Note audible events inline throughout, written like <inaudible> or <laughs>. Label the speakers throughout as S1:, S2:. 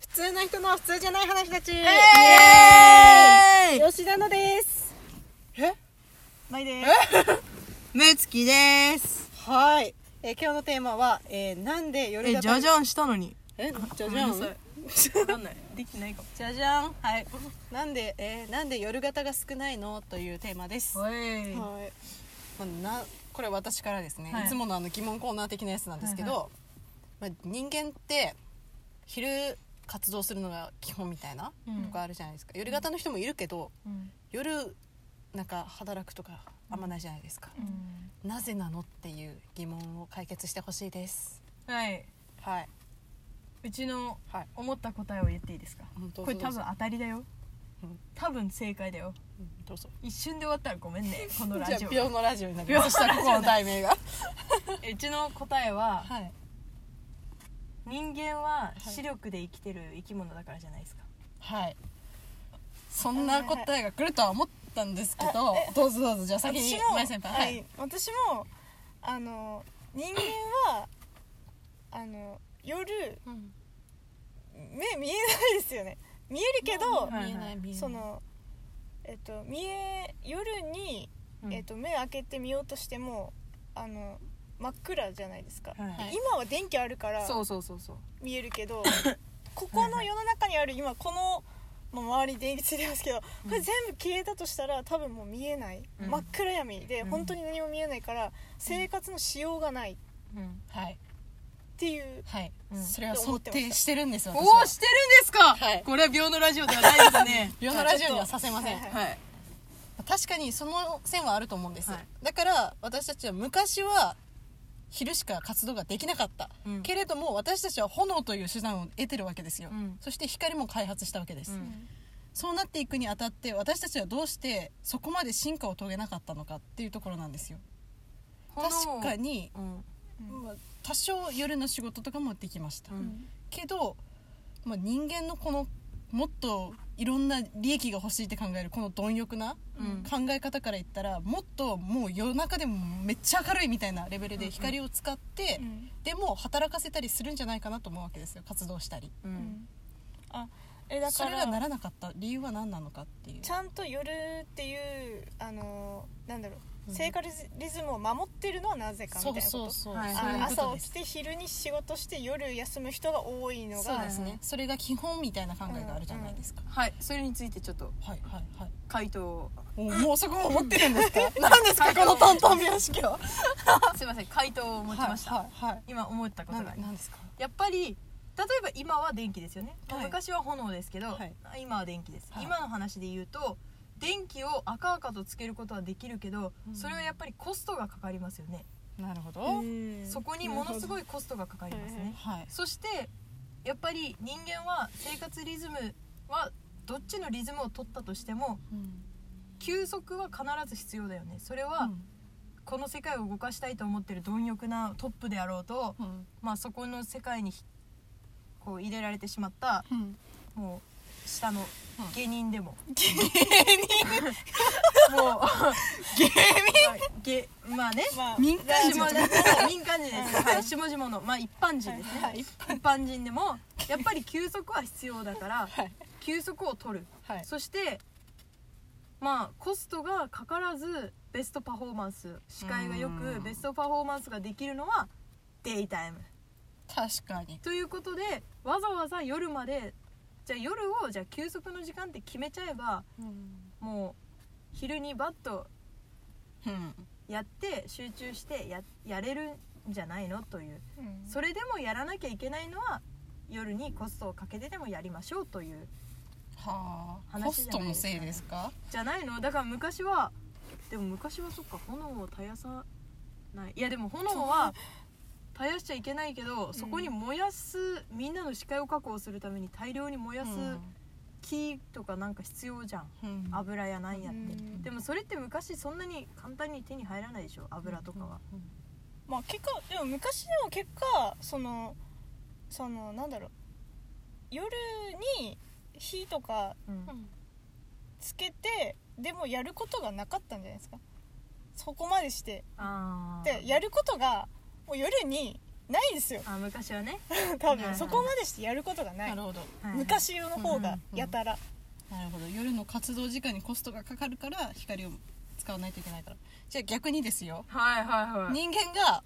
S1: 普通の人の普通じゃない話たち、
S2: えー
S1: 吉田のです
S2: え
S1: まいです
S2: ムツキです
S1: はい、えー、今日のテーマは、えー、なんで夜
S2: え、ジ
S1: 型
S2: ャジャンしたのに
S1: えじゃじ
S2: ごめん
S1: ゃ
S2: なんさいわかんないできてないかも
S1: じゃじゃんはいなんで、えー、なんで夜型が少ないのというテーマですはい、
S2: い
S1: まあ、なこれ私からですね、
S2: はい
S1: い、つものあの疑問コーナー的なやつなんですけど、まあ、人間って昼活動するのが基本みたいな
S2: うん
S1: とかあるじゃないですか、夜型の人もいるけど、夜なんか働くとかあんまないじゃないですか、なぜなのっていう疑問を解決してほしいです
S3: はいう
S1: はいう
S3: ちの
S1: はい
S3: 思った答えを言っていいですか
S1: 本当
S3: これ多分当たりだよ
S1: うん
S3: 多分正解だよ
S1: どうぞ
S3: 一瞬で終わったらごめんねこのラ
S1: じゃ
S3: ジ
S1: あ
S3: オ
S1: 秒のラジオになりますそしたらここの題 <laughs> 名が
S3: うちの答えは
S1: はい
S3: 人間は視力で生きてる生き物だからじゃないですか
S1: はいそんな答えが来るとは思ったんですけ
S3: <laughs>
S1: どどうぞどうぞじゃあ先に
S4: 私も
S1: 前先輩はい、
S4: 私もあの人間はあの夜
S1: うん
S4: 目見えないですよね見えるけど、
S3: はい
S1: 見えない見えない
S4: そのえっと見え夜に、えっと、目開けて見ようとしてもあの真っ暗じゃないですか、
S3: はい
S4: 今は電気あるから
S3: そうそうそうそう
S4: 見えるけどここの世の中にある今この、まあ、周り電気ついてますけどこれ全部消えたとしたら多分もう見えない、
S3: うん
S4: 真っ暗闇で
S3: うん
S4: 本当に何も見えないから、生活のしようがないっ
S3: うん
S1: はい
S4: ていう
S1: はい、
S3: うん
S1: それは想定してるんですよ
S2: おお
S1: 私は
S2: してるんですか
S1: はい
S2: これは秒のラジオではないです
S1: <laughs>
S2: ね
S1: 秒のラジオにはさせません、
S4: はい
S2: はい
S1: 確かにその線はあると思うんです、
S3: はい
S1: だから私たちは昔は昼しか活動ができなかった、
S3: うん
S1: けれども私たちは炎という手段を得てるわけですよ、
S3: うん
S1: そして光も開発したわけです、
S3: うん
S1: そうなっていくにあたって私たちはどうしてそこまで進化を遂げなかったのかっていうところなんですよ確かに、
S3: うん
S1: まあ多少夜の仕事とかもできました、
S3: うん
S1: けど、まあ、人間のこのもっといろんな利益が欲しいって考えるこの貪欲な
S3: うん
S1: 考え方から言ったらもっともう夜中でもめっちゃ明るいみたいなレベルで光を使って、
S4: うん
S1: でも働かせたりするんじゃないかなと思うわけですよ活動したり
S3: う
S4: うんんあえだ
S1: そ
S4: か
S1: れがな
S4: ら
S1: らなかった理由は何なのかっていう
S4: ちゃんと夜っていうあのなんだろう、
S1: うん
S4: 生活リズムを守ってるのはなぜかみた
S1: そ
S4: いな
S1: う
S4: こと
S1: そうそう、
S3: はい
S1: そう
S4: あ
S1: いう
S4: の
S1: こと
S4: 朝
S1: で
S4: 起き
S1: す
S4: て昼に仕事して夜休む人が多いの
S1: そう
S4: が
S1: ですねそれが基本みたいな考えがあるじゃないですか、
S2: はいそれについてちょっと
S1: はいはいはい
S2: 回答を
S1: おもうそこも持ってるん
S4: <laughs>
S1: ですか何ですかこのトントン拍子は
S2: すいません回答を持ちました、
S1: はいはい、はい
S3: 今思ったこと
S1: なん
S3: があります
S1: なんですか
S3: やっぱり例えば今は電気ですよね、
S1: はい
S3: 昔は炎ですけど、
S1: はい
S3: 今は電気です、
S1: はい
S3: 今の話で言うと電気を赤々とつけることはできるけど、
S1: うん
S3: それはやっぱりコストがかかりますよね、
S1: なるほど、
S4: うん
S3: そこにものすごいコストがかかりますね、
S4: なるほ
S1: はい
S3: そしてやっぱり人間は生活リズムはどっちのリズムを取ったとしても
S1: うん
S3: 休息は必ず必要だよねそれはこの世界を動かしたいと思ってる貪欲なトップであろうと、
S1: うん
S3: まあ、そこの世界にひこう入れられてしまった
S1: うん
S3: もう下の芸人
S1: <laughs>
S3: でも、
S1: も <laughs> う
S3: まあ芸まあね
S4: まあ
S1: 民間
S3: 下
S1: 人
S3: 々民間人です、はい、下々の、まあ、一般人ですね、
S1: はい一
S3: 一般人でもやっぱり休息は必要だから、
S1: はい
S3: 休息を取る、
S1: はい
S3: そしてまあコストがかからずベストパフォーマンス視界がよ
S1: う
S3: く
S1: ん
S3: ベストパフォーマンスができるのはデイタイム
S1: 確かに
S3: ということでわざわざ夜までじゃあ夜をじゃあ休息の時間って決めちゃえばもう昼にバッと
S1: うん
S3: やって集中してややれるんじゃないのという
S4: うん
S3: それでもやらなきゃいけないのは夜にコストをかけてでもやりましょうという
S1: はあコス
S3: 話じゃ
S1: ト
S3: ない
S1: の
S3: ですか
S1: せ
S3: ね
S1: いですか
S3: じゃないのだから昔はでも昔はそっか炎を絶やさないいやでも炎は絶やしちゃいけないけどそこに燃やす、みんなの視界を確保するために大量に燃やす木とかなんか必要じゃん
S1: うん
S3: 油やなんやって、
S4: うん
S3: でもそれって昔そんなに簡単に手に入らないでしょ油とかは、
S4: まあ結果でも昔でも結果そのそのなんだろう夜に火とか
S3: うん
S4: つけてでもやることがなかったんじゃないですかそこまでして
S3: あー
S4: でやることがもう夜にな
S1: <laughs>
S4: いですよ
S3: あ昔はね
S4: 多
S3: はいは
S4: 分
S3: い
S4: そこまでしてやることがな
S1: ないるほど
S3: はい
S4: 昔用の方
S1: うんうん
S4: が
S1: うん
S4: やたら
S1: なるほど夜の活動時間にコストがかかるから光を使わないといけないからじゃあ逆にですよ
S3: はいはいはい
S1: 人間が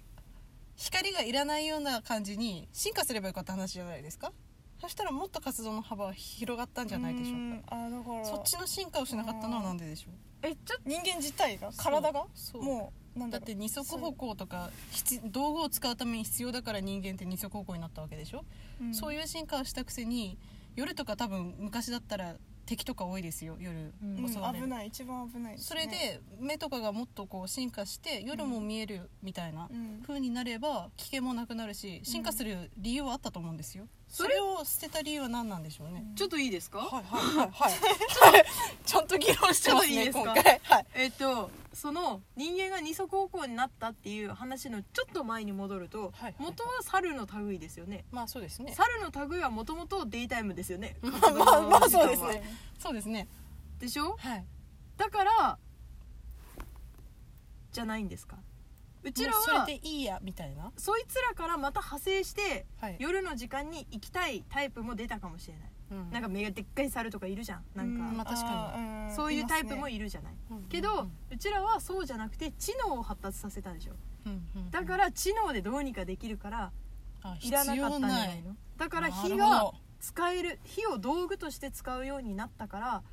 S1: 光がいらないような感じに進化すればよかった話じゃないですかそしたらもっと活動の幅は広がったんじゃないでしょうか
S4: かあだから
S1: そっちの進化をしなかったのはなんででしょう
S3: えちょっ
S4: 人間自体が体が
S1: そう
S4: もうなん
S1: だ
S4: だ
S1: っ
S4: ろ
S1: て二足歩行とか必道具を使うために必要だから人間って二足歩行になったわけでしょ、
S4: う、ん
S1: そういう進化をしたくせに夜とか多分昔だったら敵とか多いですよ夜、
S3: うん
S4: うん
S1: 襲われる
S4: 危ない一番危ないす
S1: それ
S4: ね
S1: で目とかがもっとこう進化して夜も見えるみたいな
S4: うん
S1: 風になれば危険もなくなるし進化する理由はあったと思うんですよ、
S3: そ
S1: そ
S3: れ
S1: れを捨てた理由は何なんでしょうね、
S3: とちょっといいですか
S1: はいはいはいはい <laughs> ちゃんと議論してますね
S3: <laughs> ちょっとい
S1: 今
S3: いですか
S1: 回はい
S3: えっとその人間が二足歩行になったっていう話のちょっと前に戻ると、
S1: はいはい
S3: 元は猿の類ですよね
S1: まあそうですね
S3: 猿の類はもともとデイタイムですよね
S1: <laughs> まあまあまあそうです
S3: 活動の時間
S1: ね
S3: は
S1: そうですね
S3: でしょ
S1: はい
S3: だからじゃないんですかうちら
S1: もう
S3: は
S1: それでいいやみたいな
S3: そいつらからまた派生して
S1: はい、
S3: 夜の時間に行きたいタイプも出たかもしれない
S1: うん
S3: なんか目がでっかい猿とかいるじゃんなんか、
S1: まあ確か
S4: に
S3: そういうタイプも
S4: い
S3: いるじゃない
S1: うん
S3: けど、うちらはそうじゃなくて知能を発達させたでしょ
S1: うんうん
S3: だから知能でどうにかできるから
S1: あ
S3: いらなかったんじゃない
S1: 必要
S3: のだから
S1: な
S3: 火
S1: なるほ
S3: が
S1: ど
S3: 使える火を道具として使うようになったから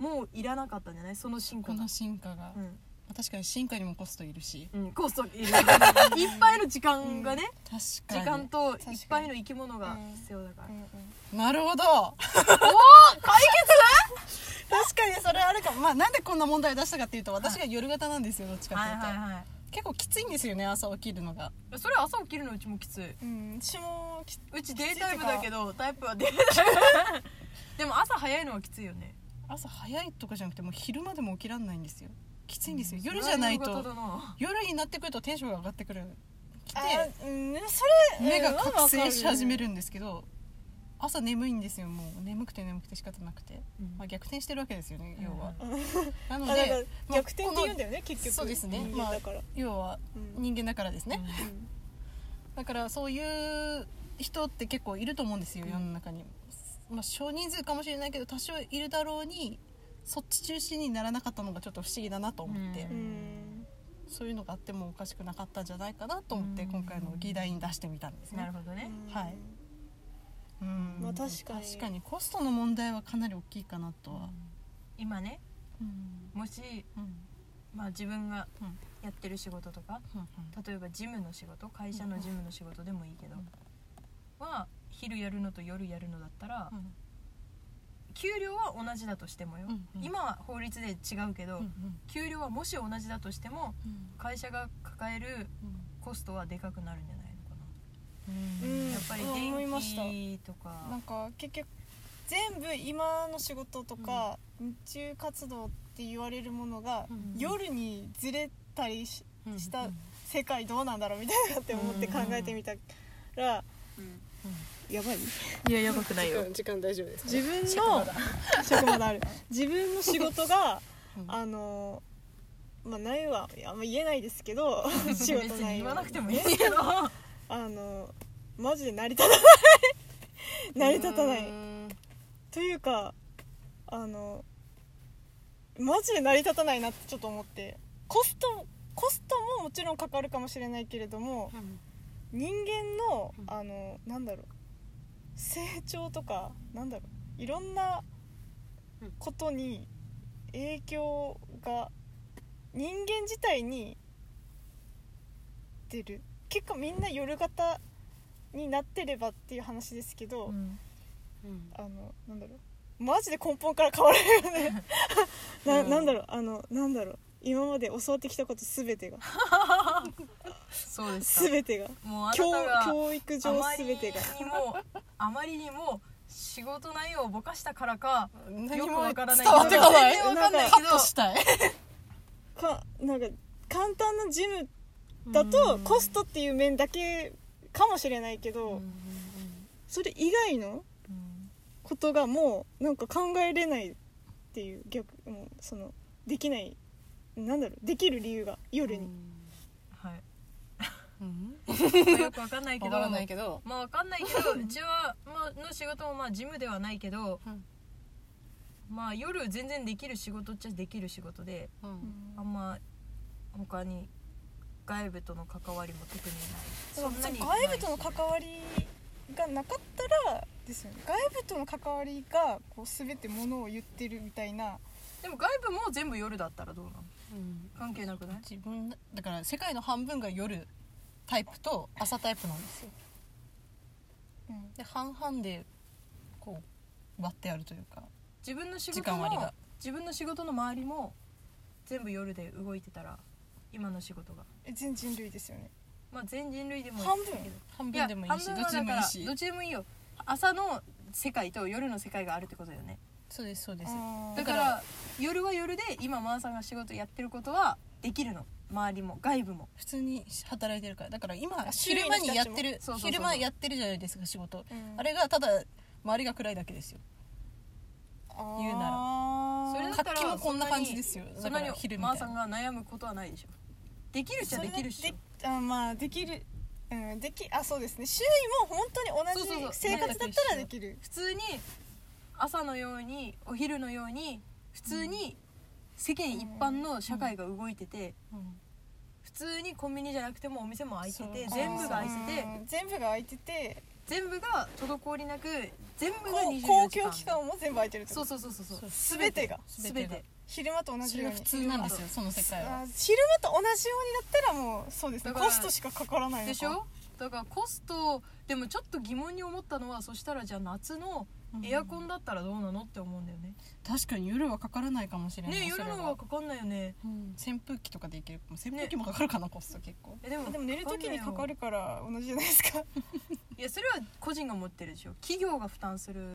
S3: もういらなかったんじゃないその進化
S1: こ
S3: が
S1: の、進化が、
S3: う
S1: ま
S3: ん
S1: あ確かに進化にもコストいるし
S3: うん、コストいるいっぱいの時間がね、時
S1: 確かに
S3: 間といっぱいの生き物が必要だから、
S1: なるほどおお解決 <laughs> 確かにそれあるかもまあなんでこんな問題を出したかっていうと私が夜型なんですよどっちかっていうと、
S3: はいは
S1: 結構きついんですよね朝起きるのが
S3: いそれ朝起きるのうちもきつい
S4: うん私もき
S3: うちデイタイプだけどタイプはデイタイプ <laughs> でも朝早いのはきついよね
S1: 朝早いとかじゃなくてもう昼までも起きらんないんですよきついんですよ夜じゃない
S3: それは夕
S1: と
S3: 方だな
S1: 夜になってくるとテンションが上がってくるきて
S4: あうんそれ
S1: 目が覚醒し始め
S4: る
S1: るんですけど朝眠いんですよもう眠くて眠くて仕方なくて、
S3: うん
S1: まあ、逆転してるわけですよね
S3: うん
S1: 要は、な
S4: あ
S1: の
S4: だから
S1: でまあ
S4: 逆転って言うんだ
S1: こ
S4: よね結局
S1: そうですね
S4: 人間だから、
S1: の要は
S4: うん
S1: 人間だからですね、
S3: うん
S1: だからそういう人って結構いると思うんですよ
S3: うん
S1: 世の中に、まあ、少人数かもしれないけど多少いるだろうにそっち中心にならなかったのがちょっと不思議だなと思って、
S3: う
S4: うんん
S1: そういうのがあってもおかしくなかったんじゃないかなと思って
S3: うん
S1: 今回の議題に出してみたんですね
S3: なるほどね、
S1: はいうん
S4: まあ確かに
S1: 確かにコストの問題はかなり大きいかなとは、
S3: 今ね
S1: うん
S3: もし、
S1: うん
S3: まあ、自分が
S1: うん
S3: やってる仕事とか
S1: うん
S3: 例えば事務の仕事会社の事務の仕事でもいいけど、は昼やるのと夜やるのだったら、
S1: うん
S3: 給料は同じだとしてもよ、
S1: うんうん
S3: 今は法律で違うけど、
S1: うんうん
S3: 給料はもし同じだとしても会社が抱えるコストはでかくなるんじゃないのか
S1: うんうん
S4: うん
S3: な、やっぱり
S4: うん思いました
S3: 電気と
S4: な
S3: か
S4: んか結局全部今の仕事とか、日中活動って言われるものが、
S1: うん
S4: 夜にずれたりし
S1: うん
S4: した
S1: うん
S4: 世界どうなんだろうみたいなって思って考えてみたら、やばい
S3: いややばくないよ
S1: 時間大丈夫です
S4: 自
S3: <laughs>
S4: 分の職場ある <laughs> 自分の仕事があのまあないはあんま言えないですけ
S3: <laughs>
S4: ど仕
S3: 別
S4: 事
S3: に
S4: 内容
S3: 言わなくてもいいけど
S4: あのマジで成り立たない成
S3: <laughs>
S4: り立たないというかあのマジで成り立たないなってちょっと思ってコストコストももちろんかかるかもしれないけれども人間の
S1: うん
S4: あのなんだろう成長とかなんだろういろんな
S1: うん
S4: ことに影響が人間自体に出る結構みんな夜型になってればっていう話ですけど、
S3: うん
S4: あのなんだろうマジで根本から変わらないよね <laughs> ななんだろうあのなんだろう今まで教わってきたこと全てが
S3: そうですか
S4: 全てが
S3: もうあなた
S4: 教
S3: が
S4: 教育
S3: あ
S4: 上
S3: まり
S4: 全て
S3: に
S4: が
S3: もあまりにも仕事内容をぼかしたからか
S1: 何
S3: よく
S1: も
S3: わからない
S1: 伝わってこない
S3: 全然わかんないけ
S1: カ
S3: ど
S1: ットしたい
S4: かなんか簡単なジムだとコストっていう面だけかもしれないけど、それ以外のことがもうなんか考えれないっていう逆もうそのできないなんだろうできる理由が夜に、
S3: はい
S1: うん、
S3: まあよくわかんないけ
S1: わ
S3: ど
S1: からないけど
S3: まあわかんないけどうちは、まあの仕事もまあ事務ではないけど、
S1: うん
S3: まあ夜全然できる仕事っちゃできる仕事で
S1: うん
S3: あんま他に外部との関わりも特に
S4: そ
S3: ない
S4: うん
S3: なに
S4: 外部との関わりがなかったらですよね外部との関わりがこう全てものを言ってるみたいな
S3: でも外部も全部夜だったらどうなの
S1: うん、
S3: 関係なくない
S1: 自分だから世界の半分が夜タイプと朝タイプなんですよ
S4: うん
S1: で半々でこう割ってあるというか
S3: 自分の仕
S1: 時
S3: 事
S1: 間割
S3: も
S1: が
S3: 自分の仕事の周りも全部夜で動いてたら今の仕事が
S4: え全人類ですよね
S3: まあ全人類でもいい
S4: 半分
S3: けど
S1: 半
S3: い
S1: 分
S3: や
S1: でもい
S3: 半
S1: いし
S3: 分
S1: ど
S3: は
S1: っちでもいいし
S3: だからどっちでもいいよ朝の世界と夜の世界があるってことだよね
S1: そうですそうです
S4: あ
S3: だ
S4: ー
S3: か
S1: だから
S3: 夜は夜で今マーさんが仕事やってることはできるの周りも外部も
S1: 普通に働いてるからだから今
S4: あ
S1: 昼間にやって
S4: 周囲
S1: る
S4: の人
S3: たちもそうそうそう
S1: 昼間やってるじゃないですか仕事
S4: うん
S1: あれがただ周りが暗いだけですよ言うなら
S4: あー
S3: それだった
S1: 活
S3: ら
S1: 気もこんな感じですよ
S3: そ
S1: だ
S3: ん
S1: か
S3: なに
S1: ら昼み
S3: マ
S1: た
S3: ー
S1: い
S3: さん
S1: な
S3: が悩むことはないでしょできるっちゃできるっしょ
S4: それであまあできるうんできあそうですね周囲も本当に
S3: そうそう
S4: 同
S3: そう
S4: じ生活だったらできる
S3: 普通に朝のようにお昼のように普通に世間一般の社会が動いてて
S1: うん
S3: 普通にコンビニじゃなくてもお店も開いてて
S1: そう
S3: 全部が開いてて
S4: うん全部が空いてて
S3: 全部が滞りなく全部が
S4: こう
S3: 24
S4: 公
S3: 時
S4: 共
S3: 間
S4: 機関も全部空いてるって
S3: そ
S4: こ
S3: うそうそうそうそう
S4: と全てが
S1: 全
S3: 全
S1: て
S3: て
S1: が
S4: 昼間と同
S1: そ
S4: じ
S1: れ
S4: よ
S1: が
S4: う
S1: 普
S4: に
S1: 通なんですよその世界は
S4: あー昼間と同じようにだったらもうそうですね
S3: だから
S4: コストしかかからないのか
S3: でしょだからコストでもちょっと疑問に思ったのはそしたらじゃあ夏のエアコンだったらどうなのって思うんだよね、
S1: 確かに夜はかからないかもしれない
S3: ね
S1: それ
S3: 夜
S1: は
S3: の方がかかんないよね
S1: うん扇風機とかでいける扇風機もかかるかなコスト結構
S3: えでも
S4: でも寝る時にかかるから同じじゃないですか
S3: いやそれは個人が持ってるでしょ企業が負担する